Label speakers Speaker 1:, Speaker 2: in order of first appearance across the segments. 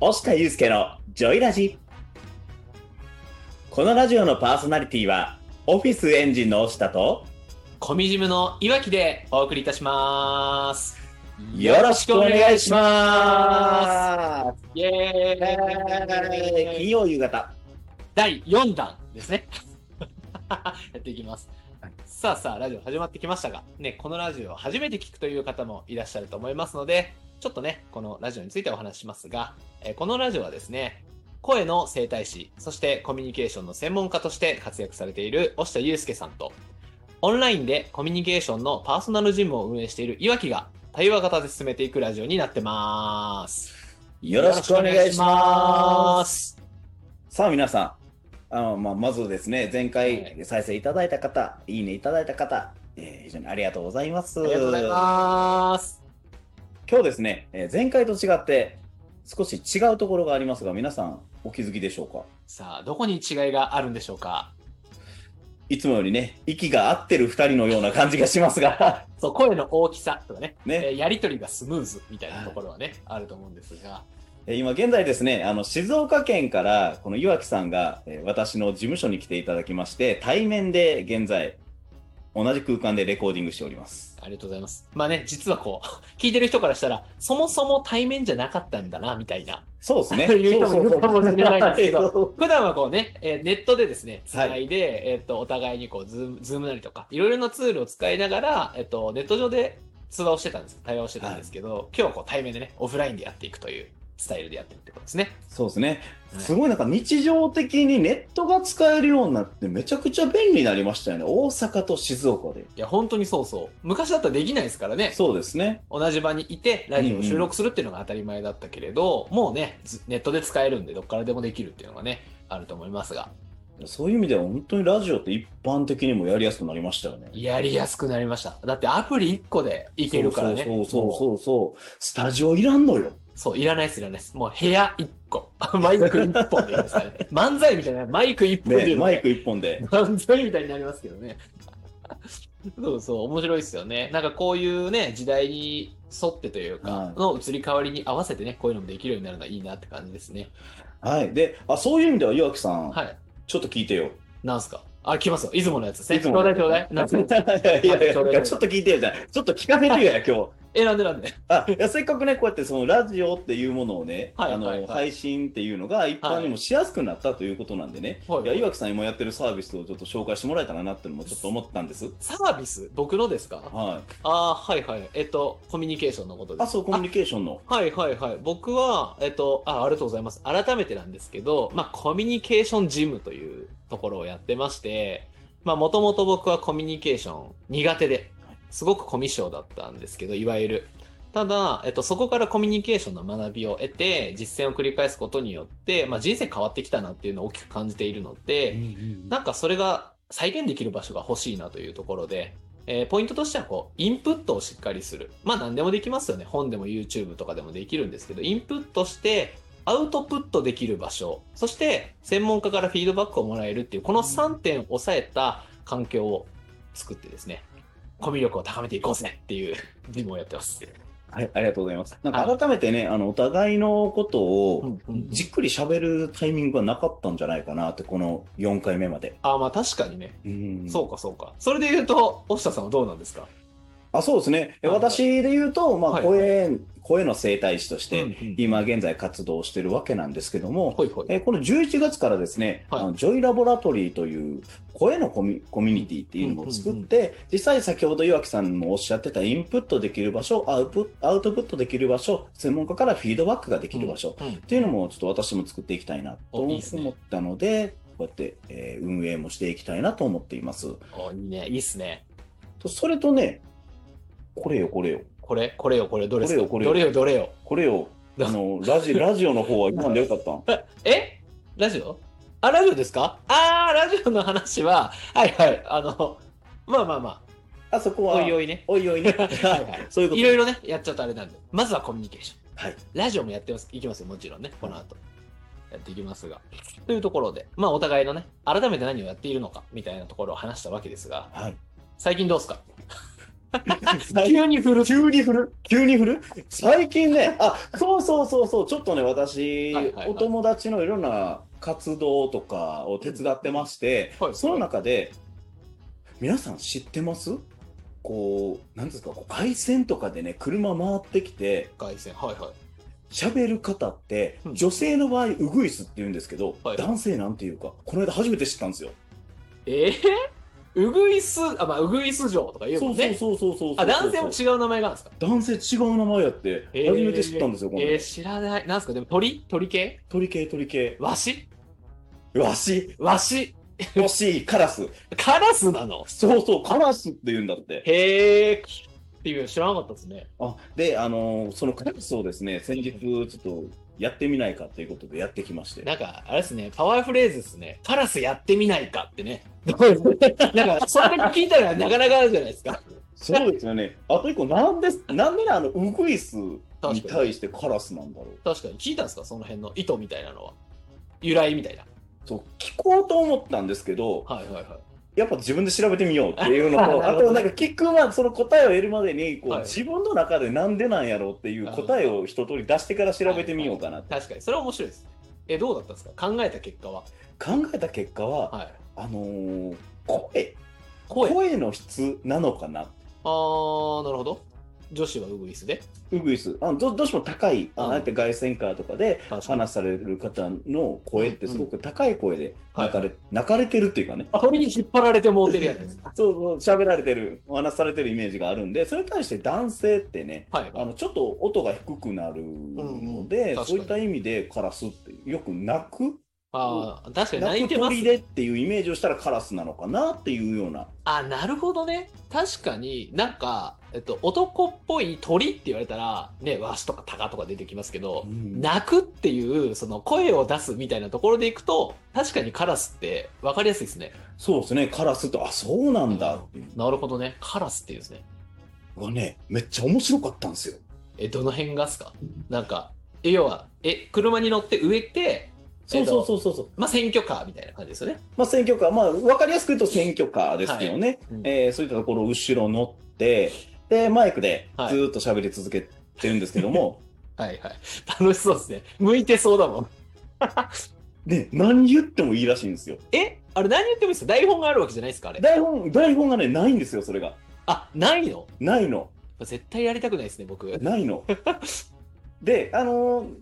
Speaker 1: 押田祐介のジョイラジこのラジオのパーソナリティはオフィスエンジンの押田と
Speaker 2: コミジムのいわきでお送りいたします。
Speaker 1: よろしくお願いしま
Speaker 2: イエ
Speaker 1: す
Speaker 2: ーイ
Speaker 1: 金曜夕方
Speaker 2: 第4弾で すね。やっていきます。さあさあ、ラジオ始まってきましたが、ね、このラジオを初めて聞くという方もいらっしゃると思いますので、ちょっとね、このラジオについてお話ししますが、えーこのラジオはですね、声の整体師、そしてコミュニケーションの専門家として活躍されている押田祐介さんと、オンラインでコミュニケーションのパーソナルジムを運営しているいわきが、対話型で進めていくラジオになってます。
Speaker 1: よろしくお願いします
Speaker 2: す。
Speaker 1: さあ皆さんあの、まあ、まずですね前
Speaker 2: は
Speaker 1: 回再生いただいた方、い、いねいただいた方、えー非常にありがとうございます
Speaker 2: ありがとうございます。
Speaker 1: 今日ですね、えー前回と違って少し違うところがありますが皆さんお気づきでしょうか
Speaker 2: さあ、どこに違いがあるんでしょうか
Speaker 1: いつもよりね息が合ってる2人のような感じがしますが
Speaker 2: そう、声の大きさとかね、
Speaker 1: ね
Speaker 2: えーやりとりがスムーズみたいなところはね、あると思うんですが、
Speaker 1: えー今現在ですねあの静岡県からこの岩木さんが、えー私の事務所に来ていただきまして対面で現在同じ空間でレコーディングしております
Speaker 2: ありがとうございます。まあね、実はこう、 聞いてる人からしたら、そもそも対面じゃなかったんだな、みたいな。
Speaker 1: そうです ね
Speaker 2: そういう人もいるかもしれないですけど
Speaker 1: そう
Speaker 2: 普段はこうね、えーネットでですね、つないで、えっと、お互いにこう、ズーム、ズームなりとか、いろいろなツールを使いながら、えっと、ネット上で通話をしてたんです、対話をしてたんですけど、今日はこう、対面でね、オフラインでやっていくというスタイルでやってるってことですね。
Speaker 1: そうですね、
Speaker 2: はい
Speaker 1: すごいなんか日常的にネットが使えるようになってめちゃくちゃ便利になりましたよね大阪と静岡で
Speaker 2: いや、本当にそうそう。昔だったらできないですからね。
Speaker 1: そうですね
Speaker 2: 同じ場にいて、ラジオを収録するっていうのが当たり前だったけれど、もうね、ずネットで使えるんで、どっからでもできるっていうのがね、あると思いますが、
Speaker 1: そういう意味では本当にラジオって一般的にもやりやすくなりましたよね
Speaker 2: やりやすくなりました。だってアプリ1個でいけるから
Speaker 1: そう
Speaker 2: ね。
Speaker 1: そう
Speaker 2: もう
Speaker 1: そうそうそうスタジオいらんのよ
Speaker 2: そういらないです、いらないです。もう部屋1個。 マイク1本でいいですからね。漫才みたいな、マイク1本でい
Speaker 1: ね
Speaker 2: いの
Speaker 1: マ
Speaker 2: ね
Speaker 1: イク一本で
Speaker 2: 漫才みたいになりますけどね。そうそう、面白いですよね。なんかこういうね、時代に沿ってというか、
Speaker 1: はい
Speaker 2: の移り変わりに合わせてね、こういうのもできるようになるのはいいなって感じですね。
Speaker 1: はいであそういう意味では岩木さん、
Speaker 2: はい。
Speaker 1: ちょっと聞いてよ
Speaker 2: なんすかあ、来ますよ。出雲のやつです
Speaker 1: い
Speaker 2: ね。
Speaker 1: つ
Speaker 2: ちょ
Speaker 1: も
Speaker 2: うだいちょうだい。なんすか
Speaker 1: いやいや
Speaker 2: ちょうだ
Speaker 1: い
Speaker 2: い
Speaker 1: やちょっと聞いてよじゃないちょっと聞かせてよや今日
Speaker 2: え、なんでなんで
Speaker 1: あいやせっかくねこうやってそのラジオっていうものをね、
Speaker 2: はい
Speaker 1: あの
Speaker 2: はいはい
Speaker 1: 配信っていうのが一般にもしやすくなったということなんでね、
Speaker 2: はい
Speaker 1: いや岩木さん今やってるサービスをちょっと紹介してもらえたらなっていうのもちょっと思ったんです。
Speaker 2: サービス僕のですか
Speaker 1: はい、
Speaker 2: あーはいはい。えっと、コミュニケーションのことで
Speaker 1: あ
Speaker 2: す。
Speaker 1: そうコミュニケーションの
Speaker 2: はいはいはい。僕は、えっと、あ、ありがとうございます。改めてなんですけど、まあ、コミュニケーションジムというところをやってまして、まあ、もともと僕はコミュニケーション苦手で、すごくコミュ障だったんですけど、いわゆる。ただ、えっと、そこからコミュニケーションの学びを得て、実践を繰り返すことによって、まあ、人生変わってきたなっていうのを大きく感じているので、なんかそれが再現できる場所が欲しいなというところで、えーポイントとしてはこう、インプットをしっかりする。まあ何でもできますよね。本でも YouTube とかでもできるんですけど、インプットしてアウトプットできる場所、そして専門家からフィードバックをもらえるっていう、この3点を抑えた環境を作ってですね、コミュ力を高めていこうぜっていう ジムをやってます。
Speaker 1: はい、ありがとうございます。なんか改めてね、あの、お互いのことを、じっくり喋るタイミングがなかったんじゃないかなって、この4回目まで。
Speaker 2: あーまあ確かにね。
Speaker 1: うん
Speaker 2: そうかそうか。それで言うと、押田さんはどうなんですか
Speaker 1: あ、そうですね。え
Speaker 2: はいはい
Speaker 1: 私で言うと、まあ、
Speaker 2: はい
Speaker 1: 声、声の整体師として、今
Speaker 2: 今、
Speaker 1: 現在活動してるわけなんですけども、
Speaker 2: ほいほい。
Speaker 1: えこの11月からですね、
Speaker 2: はい
Speaker 1: あのジョイラボラトリーという声のコミコミュニティっていうのを作って、実際先ほど岩木さんもおっしゃってたインプットできる場所、アウプアウトプットできる場所、専門家からフィードバックができる場所、
Speaker 2: うん、
Speaker 1: っていうのもちょっと私も作っていきたいなと
Speaker 2: おいい
Speaker 1: 思
Speaker 2: ですね
Speaker 1: ったのでこうやって、えー運営もしていきたいなと思っています
Speaker 2: おいいね、いいっすね。
Speaker 1: とそれとねこれよこれよ
Speaker 2: これ、これよ、これ、どれですか
Speaker 1: これよこ
Speaker 2: ど
Speaker 1: れ
Speaker 2: れよ、どれよ。
Speaker 1: これ よあのラジラジオの方は今までよかったん
Speaker 2: えラジオあ、ラジオですかあー、ラジオの話は、はいはい、あの、まあまあま
Speaker 1: あそこ
Speaker 2: あ、
Speaker 1: は
Speaker 2: おいおいね。
Speaker 1: おいおいね
Speaker 2: はいは い
Speaker 1: そういうこと
Speaker 2: いろいろね、やっちゃうとあれなんで。まずはコミュニケーション。
Speaker 1: はい
Speaker 2: ラジオもやってます、いきますよ、もちろんね、この後。やっていきますが。というところで、まあお互いのね、改めて何をやっているのか、みたいなところを話したわけですが、
Speaker 1: はい
Speaker 2: 最近どうですか急に振る。
Speaker 1: 急に振る急に振る最近ね、あ、そうそうそうそう、ちょっとね、私、
Speaker 2: はいはいはい
Speaker 1: お友達のいろんな活動とかを手伝ってまして、
Speaker 2: はい
Speaker 1: その中で、皆さん知ってますこう、なんですか、こう外線とかでね、車回ってきて、
Speaker 2: 外線。はいはい。
Speaker 1: 喋る方って、
Speaker 2: うん
Speaker 1: 女性の場合、ウグイスって言うんですけど、
Speaker 2: はい
Speaker 1: 男性なんていうか、この間初めて知ったんですよ。
Speaker 2: えー、うぐいす、あ、まあ、うぐいす城とか言うもんね。
Speaker 1: そうそうそうそうそうそう
Speaker 2: あ、男性も違う名前があるんですか
Speaker 1: 男性違う名前やって、
Speaker 2: えー
Speaker 1: 初めて知ったんですよ、この
Speaker 2: えー、知らない。なんすかでも鳥鳥系
Speaker 1: 鳥系鳥系。
Speaker 2: わし
Speaker 1: わし、
Speaker 2: わし
Speaker 1: よし、カラス。
Speaker 2: カラスなの
Speaker 1: そうそう、カラスって言うんだって。
Speaker 2: へえっていうの知らなかったですね。
Speaker 1: あで、あのーそのカラスをですね、先日、ちょっとやってみないかということでやってきまして。
Speaker 2: なんか、あれですね、パワーフレーズですね。カラスやってみないかってね。なんか、それだけ聞いたらなかなかあるじゃないですか。
Speaker 1: そうですよね。あと一個、なんで、なんでねあの、ウグイスに対してカラスなんだろう。
Speaker 2: 確かに聞いたんですかその辺の意図みたいなのは。由来みたいな。
Speaker 1: そう、聞こうと思ったんですけど、
Speaker 2: はいはいはい。
Speaker 1: やっぱ自分で調べてみようっていうのと、
Speaker 2: な
Speaker 1: あ
Speaker 2: るほどね
Speaker 1: となんか聞くまでその答えを得るまでにこう、
Speaker 2: はい
Speaker 1: 自分の中でなんでなんやろうっていう答えを一通り出してから調べてみようかなって、
Speaker 2: 確かに、それは面白いですね。え、どうだったんですか考えた結果は。
Speaker 1: 考えた結果は、
Speaker 2: はい。
Speaker 1: あのー声
Speaker 2: 声。あ
Speaker 1: の質なのかな
Speaker 2: ー、なるほど。女子はウグイスで。
Speaker 1: ウグイスあのどどうしても高いあ
Speaker 2: うん
Speaker 1: あえて凱旋カーとかで
Speaker 2: 確かに。
Speaker 1: 話される方の声ってすごく高い声で
Speaker 2: うんうん
Speaker 1: 泣かれ,、泣かれてるっていうかね
Speaker 2: 鳥に引っ張られてもうてるやつです か。
Speaker 1: そうそう喋られてるお話されてるイメージがあるんでそれに対して男性ってね
Speaker 2: はい。
Speaker 1: あのちょっと音が低くなるので、
Speaker 2: うんうん確かに
Speaker 1: そういった意味でカラスってよく泣く
Speaker 2: ああ、確かに泣
Speaker 1: 泣
Speaker 2: い
Speaker 1: く
Speaker 2: てます
Speaker 1: 鳥。でっていうイメージをしたらカラスなのかなっていうような
Speaker 2: あ、なるほどね。確かになんか、えっと、男っぽい鳥って言われたら、ね、ワシとかタカとか出てきますけど、泣くっていう、その声を出すみたいなところでいくと、確かにカラスって分かりやすいですね。
Speaker 1: そうですねカラスとあそうなんだっていう
Speaker 2: なるほどね。カラスっていうんですね。
Speaker 1: のがねめっちゃ面白かったんですよ。
Speaker 2: え、どの辺がっすかなんか、え要は、え、車に乗って植えて、
Speaker 1: そうそうそうそうそう。
Speaker 2: まあ、選挙カーみたいな感じですよね。
Speaker 1: まあ選挙カー、まあわかりやすく言うと選挙カーですけどね。
Speaker 2: はいうん
Speaker 1: えーそういったところ後ろ乗って、で、マイクでず
Speaker 2: はい
Speaker 1: ーっと喋り続けてるんですけども、
Speaker 2: はいはい。楽しそうですね。向いてそうだもん。
Speaker 1: ね、何言ってもいいらしいんですよ。
Speaker 2: え、あれ何言ってもいいですか台本があるわけじゃないですかあれ。
Speaker 1: 台本、台本がね、ないんですよ、それが。
Speaker 2: あ、ないの
Speaker 1: ないの。
Speaker 2: 絶対やりたくないですね、僕。
Speaker 1: ない の。で、あのー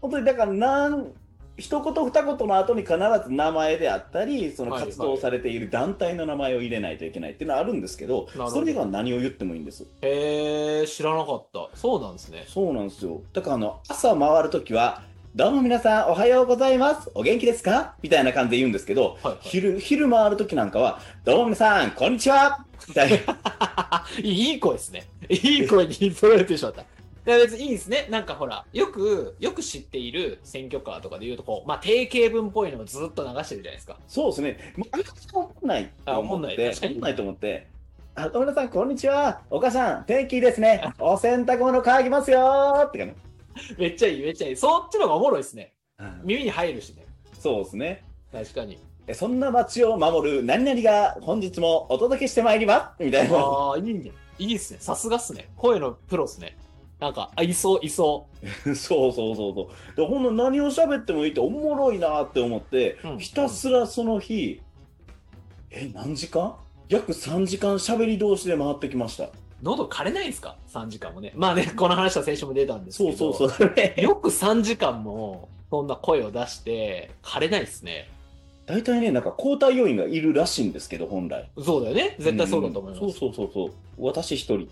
Speaker 1: 本当にだから、なん、一言二言の後に必ず名前であったり、その
Speaker 2: はいはい
Speaker 1: 活動されている団体の名前を入れないといけないっていうのはあるんですけど、
Speaker 2: るほど
Speaker 1: それ以外は何を言ってもいいんです。
Speaker 2: へえ、知らなかった。そうなんですね。
Speaker 1: そうなんですよ。だからあの、朝回るときは、どうも皆さんおはようございます。お元気ですかみたいな感じで言うんですけど、
Speaker 2: はい、はい
Speaker 1: 昼、昼回るときなんかは、どうも皆さん、こんにちはみたい な。
Speaker 2: いい声ですね。いい声に引っ張られてしまった。いや別にいいですね。なんかほら、よく、よく知っている選挙カーとかで言うと、こう、まあ、定型文っぽいのをずっと流してるじゃないですか。
Speaker 1: そうですね。もう、あんま思んないと
Speaker 2: あ思
Speaker 1: 思
Speaker 2: ん
Speaker 1: っ
Speaker 2: ない
Speaker 1: て、
Speaker 2: 確かに
Speaker 1: 思んないと思って、あ、どうも皆さん、こんにちは。お母さん、天気いいですね。お洗濯物乾きますよーってかね。
Speaker 2: めっちゃいい、めっちゃいい。そっちの方がおもろいですね。耳に入るしね。
Speaker 1: そうですね。
Speaker 2: 確かに。
Speaker 1: えそんな街を守る何々が本日もお届けしてまいりますみたいな。
Speaker 2: ああ、いいね。いいですね。さすがっすね。声のプロっすね。なんか、あ、いそう、いそ う。
Speaker 1: そうそうそうそう。で、ほんの何を喋ってもいいっておもろいなって思って、
Speaker 2: うん
Speaker 1: ひたすらその日、え、何時間約3時間喋り同士で回ってきました。
Speaker 2: 喉枯れないですか ?3 時間もね。まあね、この話は先週も出たんですけ
Speaker 1: そ
Speaker 2: ど。
Speaker 1: うそうそう。 ね
Speaker 2: よく3時間もそんな声を出して枯れないですね。
Speaker 1: 大体ね、なんか交代要員がいるらしいんですけど、本来。
Speaker 2: そうだよね。絶対そうだと思います。
Speaker 1: んそうそうそうそう。私一 人。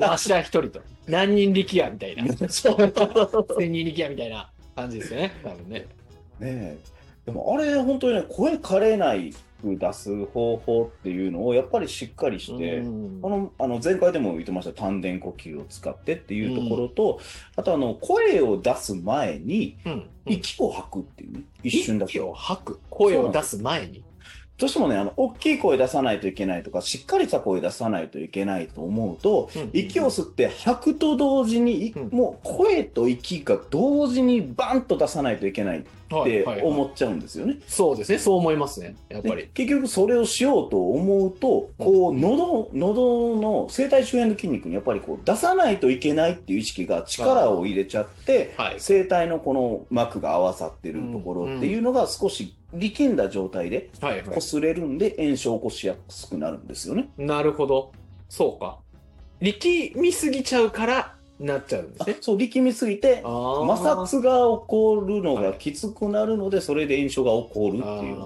Speaker 2: わしら一人と。何人力やみたいな。
Speaker 1: そう
Speaker 2: 千人力やみたいな感じですよね。多分ね。
Speaker 1: ねえでもあれ本当にね声枯れない出す方法っていうのをやっぱりしっかりして、
Speaker 2: うん
Speaker 1: あのあの前回でも言ってました丹田呼吸を使ってっていうところと、あとあの声を出す前に
Speaker 2: うんうん
Speaker 1: 息を吐くっていうね、一瞬だけ
Speaker 2: 息を吐く。声を出す前に。
Speaker 1: どうしてもねあの大きい声出さないといけないとかしっかりした声出さないといけないと思うと
Speaker 2: うん
Speaker 1: 息を吸って吐くと同時に、い
Speaker 2: うん
Speaker 1: もう声と息が同時にバンと出さないといけないって
Speaker 2: はいはいはい
Speaker 1: 思っちゃうんですよね。
Speaker 2: そうですね、そう思いますね、やっぱ
Speaker 1: で
Speaker 2: り。
Speaker 1: 結局それをしようと思うと、こう、喉、喉の声帯周辺の筋肉にやっぱりこう出さないといけないっていう意識が力を入れちゃって、
Speaker 2: はい。
Speaker 1: 声帯のこの膜が合わさってるところっていうのが少し力んだ状態で
Speaker 2: はい、はい。
Speaker 1: 擦れるんで炎症を起こしやすくなるんですよね。
Speaker 2: なるほど。そうか。力みすぎちゃうから、なっちゃうんですね。
Speaker 1: そう、力みすぎて、
Speaker 2: あ
Speaker 1: 摩擦が
Speaker 2: っ
Speaker 1: 起こるのがきつくなるので、それで炎症が起こるっていうよ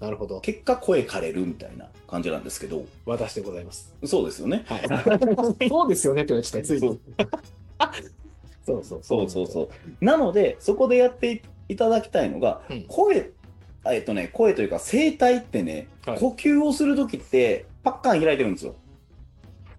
Speaker 1: うな。
Speaker 2: なるほど。
Speaker 1: 結果、声枯れるみたいな感じなんですけど、
Speaker 2: 私でございます。
Speaker 1: そうですよね。
Speaker 2: はい。そうですよねって言われてた、ついに。そうそう
Speaker 1: そうそうそう。なので、そこでやっていただきたいのが、
Speaker 2: うん
Speaker 1: 声、あえっとね、声というか声帯ってね、
Speaker 2: はい
Speaker 1: 呼吸をするときって、パッカン開いてるんですよ。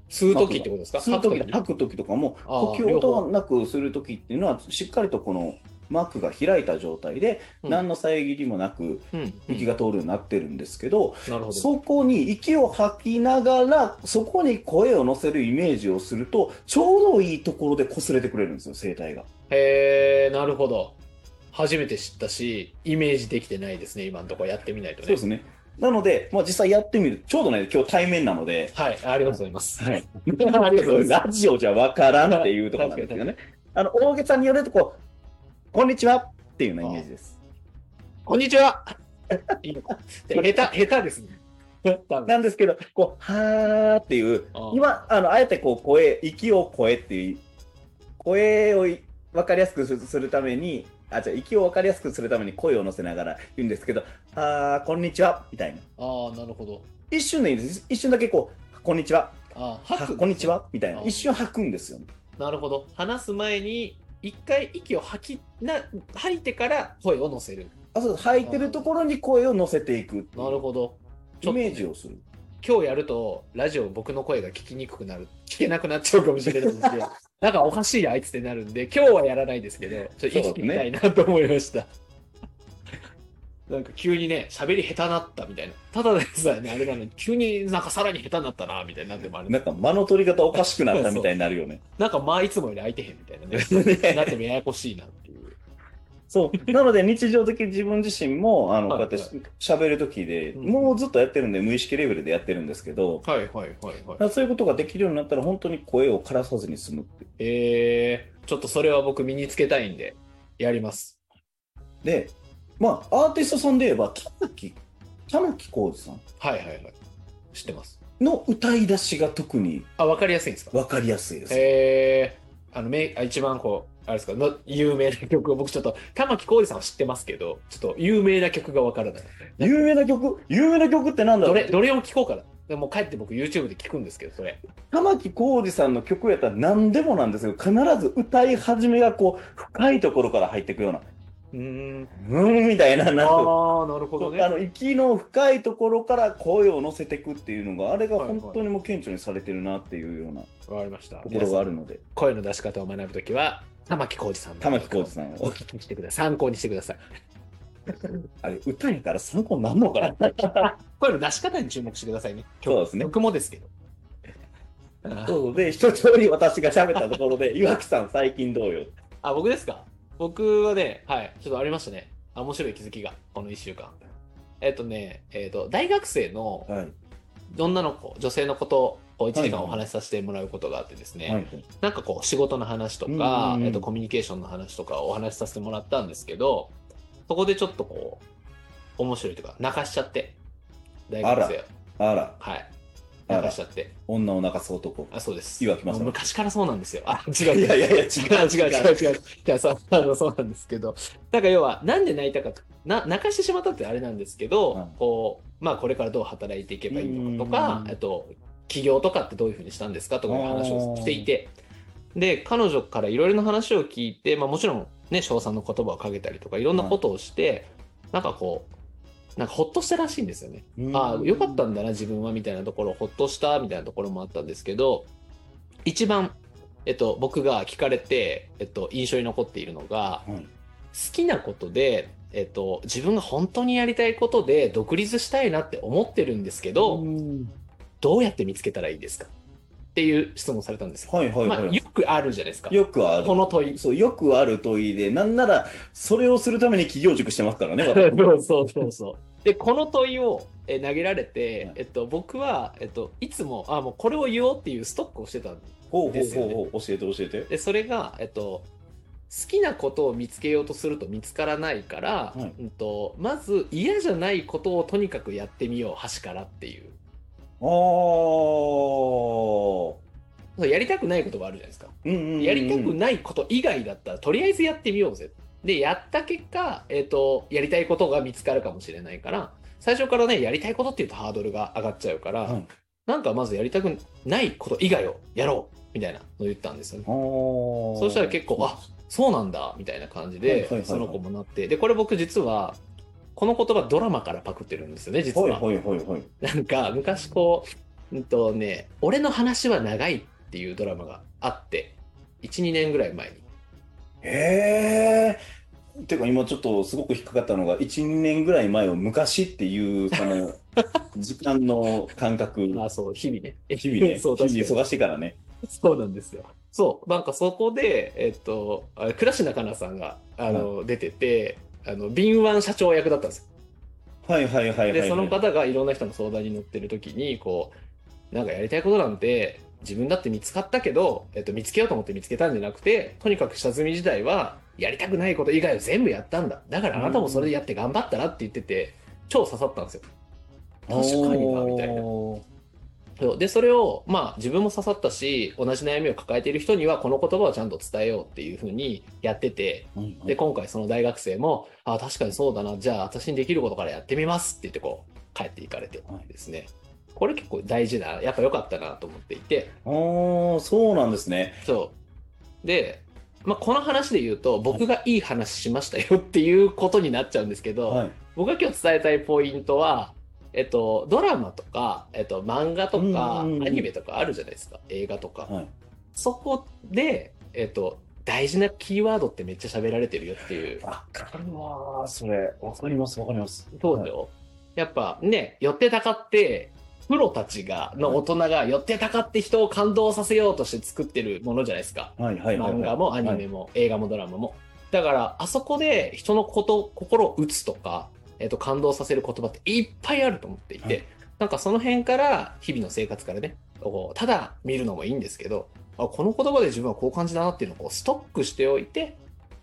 Speaker 2: 吸う時ってことですか
Speaker 1: 吸うとき、
Speaker 2: 吐く時
Speaker 1: 吐くときとかも、
Speaker 2: あー
Speaker 1: 呼吸音がなくするときっていうのは、しっかりとこの膜が開いた状態で、
Speaker 2: うん
Speaker 1: 何の遮りもなく、
Speaker 2: うんうん
Speaker 1: 息が通るようになってるんですけど、
Speaker 2: なるほど。
Speaker 1: そこに息を吐きながら、そこに声を乗せるイメージをすると、ちょうどいいところで擦れてくれるんですよ、声帯が。
Speaker 2: へえ、なるほど。初めて知ったし、イメージできてないですね、今のところやってみないと
Speaker 1: そう
Speaker 2: ね。
Speaker 1: ですね。なので、まあ、実際やってみる。ちょうどね、今日対面なので、
Speaker 2: はい、ありがとうございます。
Speaker 1: はい
Speaker 2: ありがとうございま
Speaker 1: ラジオじゃわからんっていうところなんですけどね。あの、大げさによると、こう、こんにちはっていうようなイメージです。
Speaker 2: こんにちは。いいのか。下手、下手ですね。多分
Speaker 1: なんですけど、こう、はーっていう、
Speaker 2: あ
Speaker 1: 今、あの、あえてこう、声、息を声っていう、声をい分かりやすくすするために、あ、じゃあ息を分かりやすくするために声を乗せながら言うんですけど、あー、こんにちは、みたいな。
Speaker 2: あー、なるほど。
Speaker 1: 一瞬でいいです。一瞬だけこう、こんにちは、
Speaker 2: あー、
Speaker 1: は
Speaker 2: 吐く。
Speaker 1: こんにち。は、みたいな
Speaker 2: あ。ー
Speaker 1: 一瞬吐くんですよ、ね。
Speaker 2: なるほど。話す前に、一回息を吐き、な、吐いてから声を乗せる。
Speaker 1: あ、そう、吐いてるところに声を乗せていくっていう
Speaker 2: なるほど。
Speaker 1: イメージをする。
Speaker 2: 今日やると、ラジオ僕の声が聞きにくくなる。聞けなくなっちゃうかもしれないので、なんかおかしいあいつってなるんで、今日はやらないですけど、ちょっと意識みたいなと思いました。なんか急にね、喋り下手なったみたいな。ただでさえね、あれなのに、急になんかさらに下手になったな、みたいになってもあれ
Speaker 1: なんか間の取り方おかしくなったみたいになるよ ね。
Speaker 2: なんかまあいつもより空いてへんみたいなね。なってもややこしいなっていう。
Speaker 1: そう。なので、日常的に自分自身も、あの、こう
Speaker 2: はい
Speaker 1: やってし喋るときで、
Speaker 2: うん
Speaker 1: もうずっとやってるんで、無意識レベルでやってるんですけど、
Speaker 2: はいはいはいはい。
Speaker 1: そういうことができるようになったら、本当に声を枯らさずに済むっていう。
Speaker 2: えー、ちょっとそれは僕身につけたいんで、やります。
Speaker 1: で、まあ、アーティストさんで言えば、玉木、玉木浩二さん
Speaker 2: はいはいはい。知ってます。
Speaker 1: の歌い出しが特に
Speaker 2: あ、わかりやすいんですか
Speaker 1: わかりやすいです。
Speaker 2: えー、あのめあ一番こうあれですかの有名な曲を僕ちょっと玉置浩二さんは知ってますけどちょっと有名な曲がわからない
Speaker 1: 有名な曲有名な曲ってなんだろ
Speaker 2: ど
Speaker 1: う
Speaker 2: れどれを聴こうかなでも帰って僕 YouTube で聴くんですけどそれ
Speaker 1: 玉置浩二さんの曲やったら何でもなんですけど、必ず歌い始めがこう、深いところから入ってくような、
Speaker 2: うーん
Speaker 1: うーんみたいな、なん
Speaker 2: あ
Speaker 1: か
Speaker 2: あなるほどね
Speaker 1: あの息の深いところから声を乗せていくっていうのがあれが本当にもう顕著にされてるなっていうような
Speaker 2: わかりました
Speaker 1: ところがあるので
Speaker 2: 皆さん声の出し方を学ぶときは玉置浩二さんの
Speaker 1: 玉置浩二さん
Speaker 2: お
Speaker 1: を
Speaker 2: 聞きしてください参考にしてください
Speaker 1: あれ歌やから参考になんの かな
Speaker 2: 声の出し方に注目してくださいね
Speaker 1: そうですね
Speaker 2: 曲もですけ どあー
Speaker 1: そうで一通り私が喋ったところ で岩木さん最近どうよ
Speaker 2: あ、僕ですか僕はね、はい、ちょっとありましたね。あ面白い気づきが、この1週間。えっとね、えっと、大学生の
Speaker 1: はい
Speaker 2: 女の子、女性の子と、こう1時間
Speaker 1: はいはい
Speaker 2: お話しさせてもらうことがあってですね、
Speaker 1: はい
Speaker 2: なんかこう仕事の話と
Speaker 1: うんうん
Speaker 2: か、
Speaker 1: うん
Speaker 2: えっと、コミュニケーションの話とかをお話しさせてもらったんですけど、そこでちょっとこう、面白いというか、泣かしちゃって、大学生を。
Speaker 1: あら
Speaker 2: はい。
Speaker 1: あら
Speaker 2: 泣かしちゃって。
Speaker 1: 女を泣かす男
Speaker 2: あ、そうです。
Speaker 1: 岩木正
Speaker 2: も
Speaker 1: 人
Speaker 2: う昔からそうなんですよ。あ、違 う。
Speaker 1: いやいやいや違う
Speaker 2: 違う違う違う違う。いや、そう、あの、そうなんですけど。なんか要は、なんで泣いたかと。な、泣かしてしまったってあれなんですけど、
Speaker 1: はい
Speaker 2: こう、まあこれからどう働いていけばいいのかと
Speaker 1: う
Speaker 2: か、
Speaker 1: ん
Speaker 2: あと、起業とかってどういうふうにしたんですかとかいう話をしていて。で、彼女からいろいろな話を聞いて、まあもちろんね、称賛の言葉をかけたりとか、いろんなことをして、なんかこう、なんかほっとしたらしいんですよね。ああ、よかったんだな、自分は、みたいなところ、ほっとした、みたいなところもあったんですけど、一番、えっと、僕が聞かれて、えっと、印象に残っているのが、
Speaker 1: はい
Speaker 2: 好きなことで、えっと、自分が本当にやりたいことで独立したいなって思ってるんですけど、
Speaker 1: うん
Speaker 2: どうやって見つけたらいいですかっっていう質問されたんですよ。
Speaker 1: はいはい
Speaker 2: ま
Speaker 1: はい。
Speaker 2: あ、よくあるじゃないですか。
Speaker 1: よくあ
Speaker 2: こ
Speaker 1: る。
Speaker 2: の問い。
Speaker 1: そう、よくある問いで、なんなら、それをするために企業塾してます からね、私
Speaker 2: そうそうそうそう。で、この問いをえ投げられて、
Speaker 1: はい
Speaker 2: えっと、僕は、えっと、いつも、あ、もうこれを言おうっていうストックをしてたんで
Speaker 1: ほうほ
Speaker 2: で
Speaker 1: う
Speaker 2: すよね
Speaker 1: ほうほう、教えて教えて。
Speaker 2: でそれが、えっと、好きなことを見つけようとすると見つからないから、
Speaker 1: はい
Speaker 2: うん、とまず嫌じゃないことをとにかくやってみよう端からっていう
Speaker 1: あー。
Speaker 2: そうやりたくないことがあるじゃないですか、
Speaker 1: うんうんうんうん
Speaker 2: やりたくないこと以外だったらとりあえずやってみようぜでやった結果、えっとやりたいことが見つかるかもしれないから最初からねやりたいことっていうとハードルが上がっちゃうから、
Speaker 1: はい
Speaker 2: なんかまずやりたくないこと以外をやろうみたいなのを言ったんですよね
Speaker 1: あー
Speaker 2: そうしたら結構あそうなんだみたいな感じ
Speaker 1: はいはいは
Speaker 2: で
Speaker 1: いはい
Speaker 2: その子もなってでこれ僕実はこの言葉ドラマからパクってるんですよね実
Speaker 1: はい
Speaker 2: は
Speaker 1: はいはいはい。
Speaker 2: なんか昔こううんとね「俺の話は長い」っていうドラマがあって12年ぐらい前に
Speaker 1: へえ。てか今ちょっとすごく引っかかったのが12年ぐらい前を昔っていうそ の時間の感覚
Speaker 2: まあそう日々ね
Speaker 1: 日々ね
Speaker 2: そう
Speaker 1: 日々
Speaker 2: 確かに
Speaker 1: 忙しいからね
Speaker 2: そうなんですよ。そう、なんかそこで、えっと、あ倉科香菜さんがあの、出てて、あの敏腕社長役だったんですよ。
Speaker 1: はいはいはいはいはい
Speaker 2: で、その方がいろんな人の相談に乗ってる時に、こう、なんかやりたいことなんて、自分だって見つかったけど、えっと、見つけようと思って見つけたんじゃなくて、とにかく下積み時代は、やりたくないこと以外を全部やったんだ。だからあなたもそれでやって頑張ったらって言ってて、超刺さったんですよ。確かにな、みたいな。
Speaker 1: おー
Speaker 2: そうでそれをまあ自分も刺さったし同じ悩みを抱えている人にはこの言葉をちゃんと伝えようっていうふうにやってて
Speaker 1: はいはい
Speaker 2: で今回その大学生も「あ確かにそうだなじゃあ私にできることからやってみます」って言ってこう帰っていかれて
Speaker 1: はい
Speaker 2: ですねこれ結構大事なやっぱ良かったなと思っていて
Speaker 1: あーそうなんですね
Speaker 2: そうで、まあ、この話で言うと僕がいい話しましたよっていうことになっちゃうんですけど、
Speaker 1: はい
Speaker 2: 僕が今日伝えたいポイントは、えっと、ドラマとか、えっと、漫画とか、ア
Speaker 1: うんうんうん
Speaker 2: ニメとかあるじゃないですか、映画とか。
Speaker 1: はい
Speaker 2: そこで、えっと、大事なキーワードってめっちゃ喋られてるよっていう。
Speaker 1: わかるわーそれわかりますわかります
Speaker 2: そうだよ。やっぱね、寄ってたかって、プロたちが、の大人が寄ってたかって人を感動させようとして作ってるものじゃないですか。
Speaker 1: はいはいはいはい
Speaker 2: 漫画もアニメも映画もドラマも。だから、あそこで人のこと、心を打つとか、えっと、感動させる言葉っていっぱいあると思っていて、
Speaker 1: はい
Speaker 2: なんかその辺から、日々の生活からね、こうただ見るのもいいんですけど、あこの言葉で自分はこう感じたなっていうのをこうストックしておいて、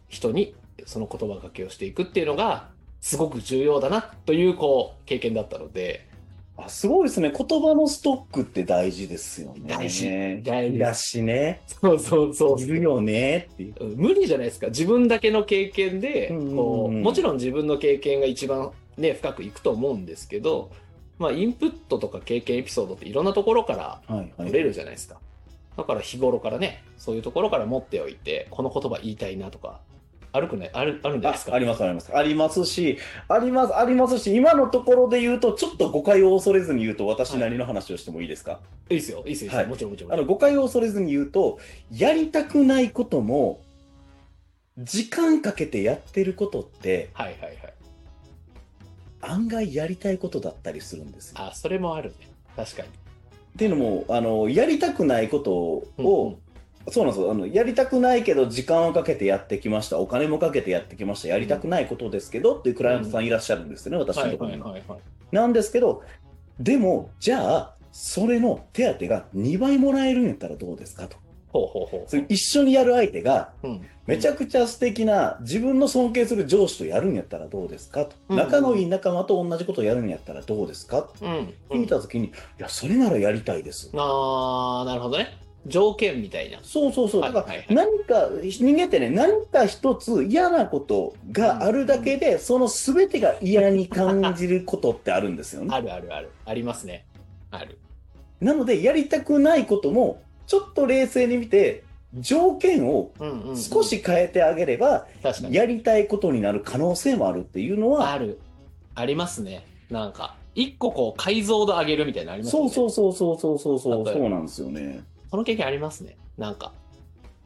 Speaker 2: 人にその言葉かけをしていくっていうのが、すごく重要だなという、こう、経験だったので、
Speaker 1: あすごいですね言葉のストックって大事ですよね
Speaker 2: 大事大事
Speaker 1: だしね
Speaker 2: そうそうそう
Speaker 1: いるよねっていう
Speaker 2: うん無理じゃないですか自分だけの経験で、
Speaker 1: うんうんうん
Speaker 2: こうもちろん自分の経験が一番、ね、深くいくと思うんですけど、まあ、インプットとか経験エピソードっていろんなところから
Speaker 1: はいはい
Speaker 2: 取れるじゃないですか、だから日頃からねそういうところから持っておいてこの言葉言いたいなとかあるくないあるあるんじゃないです
Speaker 1: あ
Speaker 2: か
Speaker 1: ありますありますありますしありますありますし今のところで言うとちょっと誤解を恐れずに言うと私なりの話をしてもいいですか、
Speaker 2: いいですよいいですよ、
Speaker 1: はい
Speaker 2: もちろんもちろん
Speaker 1: あの誤解を恐れずに言うとやりたくないことも時間かけてやってることって
Speaker 2: はいはいはい
Speaker 1: 案外やりたいことだったりするんですよ。
Speaker 2: あそれもあるね確かに
Speaker 1: っていうのもあのやりたくないことを、
Speaker 2: うん
Speaker 1: そうなんですよあのやりたくないけど時間をかけてやってきましたお金もかけてやってきましたやりたくないことですけどっていうクライアントさんいらっしゃるんですよね、私
Speaker 2: は
Speaker 1: の
Speaker 2: い
Speaker 1: とこ
Speaker 2: は
Speaker 1: ろ
Speaker 2: い
Speaker 1: には
Speaker 2: はいはい
Speaker 1: なんですけど、でも、じゃあ、それの手当が2倍もらえるんやったらどうですかと。
Speaker 2: ほうほうほう
Speaker 1: それ一緒にやる相手が、
Speaker 2: うん
Speaker 1: めちゃくちゃ素敵な、自分の尊敬する上司とやるんやったらどうですかと。
Speaker 2: うん
Speaker 1: 仲のいい仲間と同じことやるんやったらどうですかって
Speaker 2: うん、う
Speaker 1: 聞
Speaker 2: ん
Speaker 1: い、たときに、いや、それならやりたいです。
Speaker 2: あーなるほどね条件みたいな
Speaker 1: そうそうそう。
Speaker 2: はい
Speaker 1: だ
Speaker 2: はい
Speaker 1: か
Speaker 2: はい
Speaker 1: ら、何か、人間ってね、何か一つ嫌なことがあるだけで、その全てが嫌に感じることってあるんですよね。
Speaker 2: あるあるある。ありますね。ある。
Speaker 1: なので、やりたくないことも、ちょっと冷静に見て、条件を
Speaker 2: うんうん、うん
Speaker 1: 少。し変えてあげれば、
Speaker 2: 確かに。
Speaker 1: やりたいことになる可能性もあるっていうの
Speaker 2: あ
Speaker 1: は、
Speaker 2: る。ありますね。なんか、一個こう解像度上げるみたいなのありますよ
Speaker 1: そ
Speaker 2: ね。
Speaker 1: うそうそうそうそうそうそ
Speaker 2: 例
Speaker 1: う、
Speaker 2: えば
Speaker 1: そうなんですよね。
Speaker 2: その経験ありますね。なんか、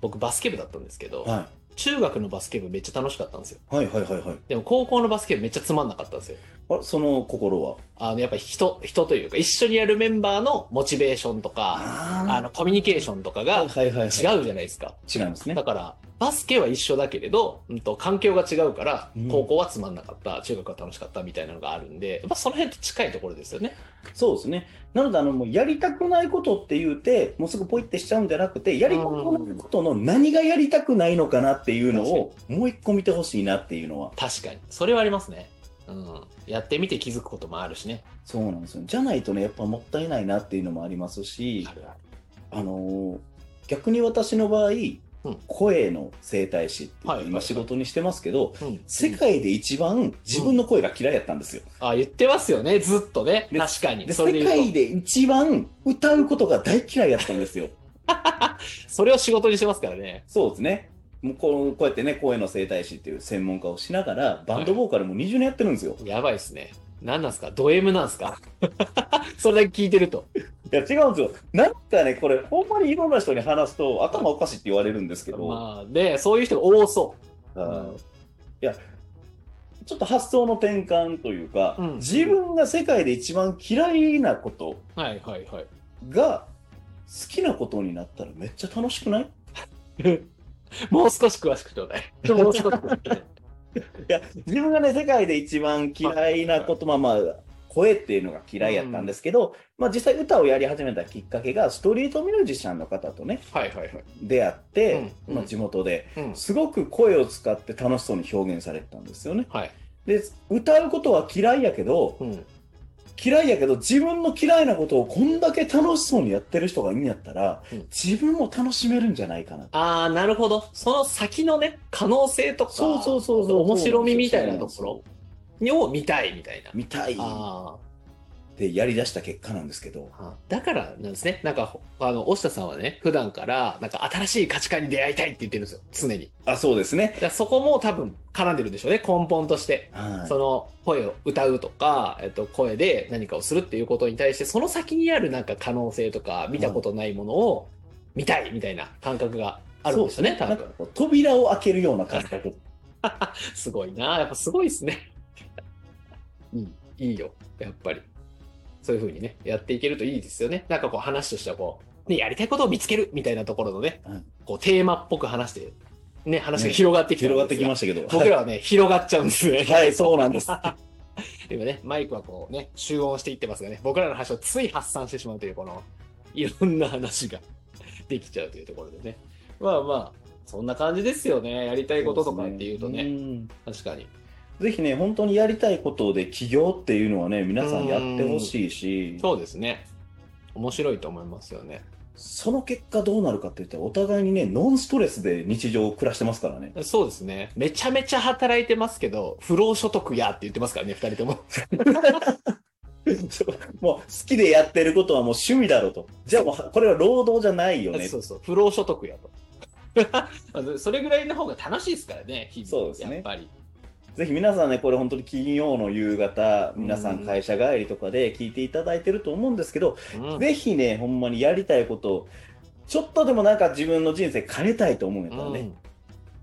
Speaker 2: 僕バスケ部だったんですけど、
Speaker 1: は
Speaker 2: 中学のバスケ部めっちゃ楽しかったんですよ。
Speaker 1: はいはいはいはい。
Speaker 2: でも高校のバスケ部めっちゃつまんなかったんですよ。
Speaker 1: あれその心は
Speaker 2: あの、やっぱ人、人というか、一緒にやるメンバーのモチベーションとか、あ
Speaker 1: あ
Speaker 2: の、コミュニケーションとかが
Speaker 1: はい
Speaker 2: 違
Speaker 1: はいはいう
Speaker 2: じゃないですか。
Speaker 1: 違いますね
Speaker 2: だ。から、バスケは一緒だけれど、うんと、環境が違うから
Speaker 1: うん、
Speaker 2: 高校はつまんなかった、中学は楽しかったみたいなのがあるんで、やっぱその辺と近いところですよね。
Speaker 1: そうですね。なので、あの、もうやりたくないことって言うて、もうすぐポイってしちゃうんじゃなくて、やりたくないことの何がやりたくないのかなっていうのを、もう一個見てほしいなっていうのは、
Speaker 2: 確かに。それはありますね。うん。やってみて気づくこともあるしね。
Speaker 1: そうなんですよ。じゃないとね、やっぱもったいないなっていうのもありますし
Speaker 2: あ、るある。
Speaker 1: あのー逆に私の場合、
Speaker 2: ん
Speaker 1: 声の整体師って言って
Speaker 2: はいはいは
Speaker 1: 今
Speaker 2: い
Speaker 1: 仕事にしてますけど、
Speaker 2: うん。
Speaker 1: 世界で一番自分の声が嫌いやったんですよ。
Speaker 2: あ、言ってますよね、ずっとね。
Speaker 1: で
Speaker 2: 確かに。
Speaker 1: で、
Speaker 2: それで
Speaker 1: 世
Speaker 2: 言う
Speaker 1: 界
Speaker 2: と。
Speaker 1: で一番歌うことが大嫌いやったんですよ。
Speaker 2: それを仕事にしてますからね。
Speaker 1: そうですね。もうこうこうやってね、声の整体師っていう専門家をしながら、バンドボーカルも20年やってるんですよ。
Speaker 2: やばいですね。何なんすかド M なんすか それだけ聞いてると。
Speaker 1: いや、違うんですよ。なんかね、これ、ほんまにいろんな人に話すと、頭おかしいって言われるんですけど、
Speaker 2: まあ、で、そういう人が多そ
Speaker 1: はいいや、ちょっと発想の転換というか、
Speaker 2: うん
Speaker 1: 自分が世界で一番嫌いなこと
Speaker 2: う。はいはいはい。
Speaker 1: が好きなことになったらめっちゃ楽しくない
Speaker 2: もう少し詳しくちょうだい。もう少し詳しくちょうだい。
Speaker 1: いや、自分がね、世界で一番嫌いなこと、まあまあ、声っていうのが嫌いやったんですけど、まあ実際歌をやり始めたきっかけが、ストリートミュージシャンの方とね、
Speaker 2: はいはいはい。
Speaker 1: 出会って、
Speaker 2: うん
Speaker 1: まあ地元で、
Speaker 2: うん。
Speaker 1: すごく声を使って楽しそうに表現されてたんですよね。
Speaker 2: はい。
Speaker 1: で、歌うことは嫌いやけど、
Speaker 2: うん。
Speaker 1: 嫌いやけど、自分の嫌いなことをこんだけ楽しそうにやってる人がいいんやったら、
Speaker 2: うん
Speaker 1: 自分も楽しめるんじゃないかな。
Speaker 2: ああ、なるほど。その先のね、可能性とか、
Speaker 1: そうそうそうそう
Speaker 2: 面白みみたいなところを見たいみたいな。
Speaker 1: 見たいっ
Speaker 2: ああ。
Speaker 1: てやりだした結果なんですけど、
Speaker 2: あだからなんですね。なんか、ほあの、押田さんはね、普段から、なんか新しい価値観に出会いたいって言ってるんですよ。常に。
Speaker 1: あ、そうですね。
Speaker 2: だからそこも多分絡んでるんでしょうね。根本として。
Speaker 1: はい。
Speaker 2: その声を歌うとか、えっと、声で何かをするっていうことに対して、その先にあるなんか可能性とか、見たことないものを見たいみたいな感覚があるんですよね、多
Speaker 1: なん
Speaker 2: 分
Speaker 1: か。こう扉を開けるような感覚。
Speaker 2: すごいなやっぱすごいですね。 いい、いいよ。やっぱり。そういう風にね、やっていけるといいですよね。なんかこう話としてはこう、ね、やりたいことを見つけるみたいなところのね、
Speaker 1: うん
Speaker 2: こうテーマっぽく話して、ね、話が広がってきて、
Speaker 1: 広がってきましたけど。
Speaker 2: 僕らはね、広がっちゃうんですね。
Speaker 1: はい、そうなんです。
Speaker 2: 今ね、マイクはこうね、集音していってますがね、僕らの話をつい発散してしまうという、この、いろんな話ができちゃうというところでね。まあまあ、そんな感じですよね。やりたいこととかっていうとね、
Speaker 1: ん
Speaker 2: 確かに。
Speaker 1: ぜひね、本当にやりたいことで起業っていうのはね、皆さんやってほしいし、
Speaker 2: そうですね。面白いと思いますよね。
Speaker 1: その結果どうなるかって言ったら、お互いにね、ノンストレスで日常を暮らしてますからね。
Speaker 2: そうですね。めちゃめちゃ働いてますけど、不労所得やって言ってますからね、二人とも。
Speaker 1: もう好きでやってることはもう趣味だろうと。じゃあもうこれは労働じゃないよね。
Speaker 2: そうそう、不労所得やと。 あのそれぐらいの方が楽しいですからね、日々。
Speaker 1: そうですね
Speaker 2: やっぱり。
Speaker 1: ぜひ皆さんね、これ本当に金曜の夕方、皆さ
Speaker 2: うんん
Speaker 1: 会社帰りとかで聞いていただいてると思うんですけど、
Speaker 2: うん
Speaker 1: ぜひね、ほんまにやりたいことを、ちょっとでもなんか自分の人生変えたいと思うんやったら
Speaker 2: う
Speaker 1: ね
Speaker 2: ん、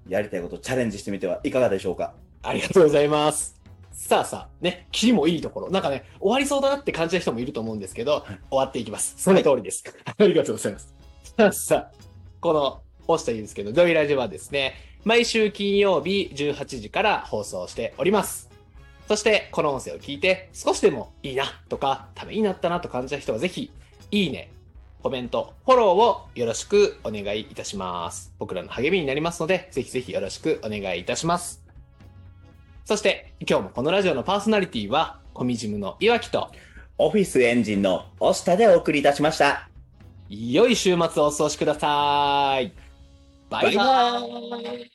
Speaker 1: やりたいことチャレンジしてみてはいかがでしょうか。
Speaker 2: ありがとうございます。さあさあ、ね、切りもいいところ。なんかね、終わりそうだなって感じた人もいると思うんですけど、終わっていきます。その通りです。ありがとうございます。さあさあ、この、押したいいですけど、ドイラジはですね、毎週金曜日18時から放送しております。そして、この音声を聞いて、少しでもいいなとか、ためになったなと感じた人は、ぜひ、いいね、コメント、フォローをよろしくお願いいたします。僕らの励みになりますので、ぜひぜひよろしくお願いいたします。そして、今日もこのラジオのパーソナリティは、コミジムのいわきと、
Speaker 1: オフィスエンジンの押下でお送りいたしました。
Speaker 2: 良い週末をお過ごしください。バイバ
Speaker 1: バイバ
Speaker 2: イ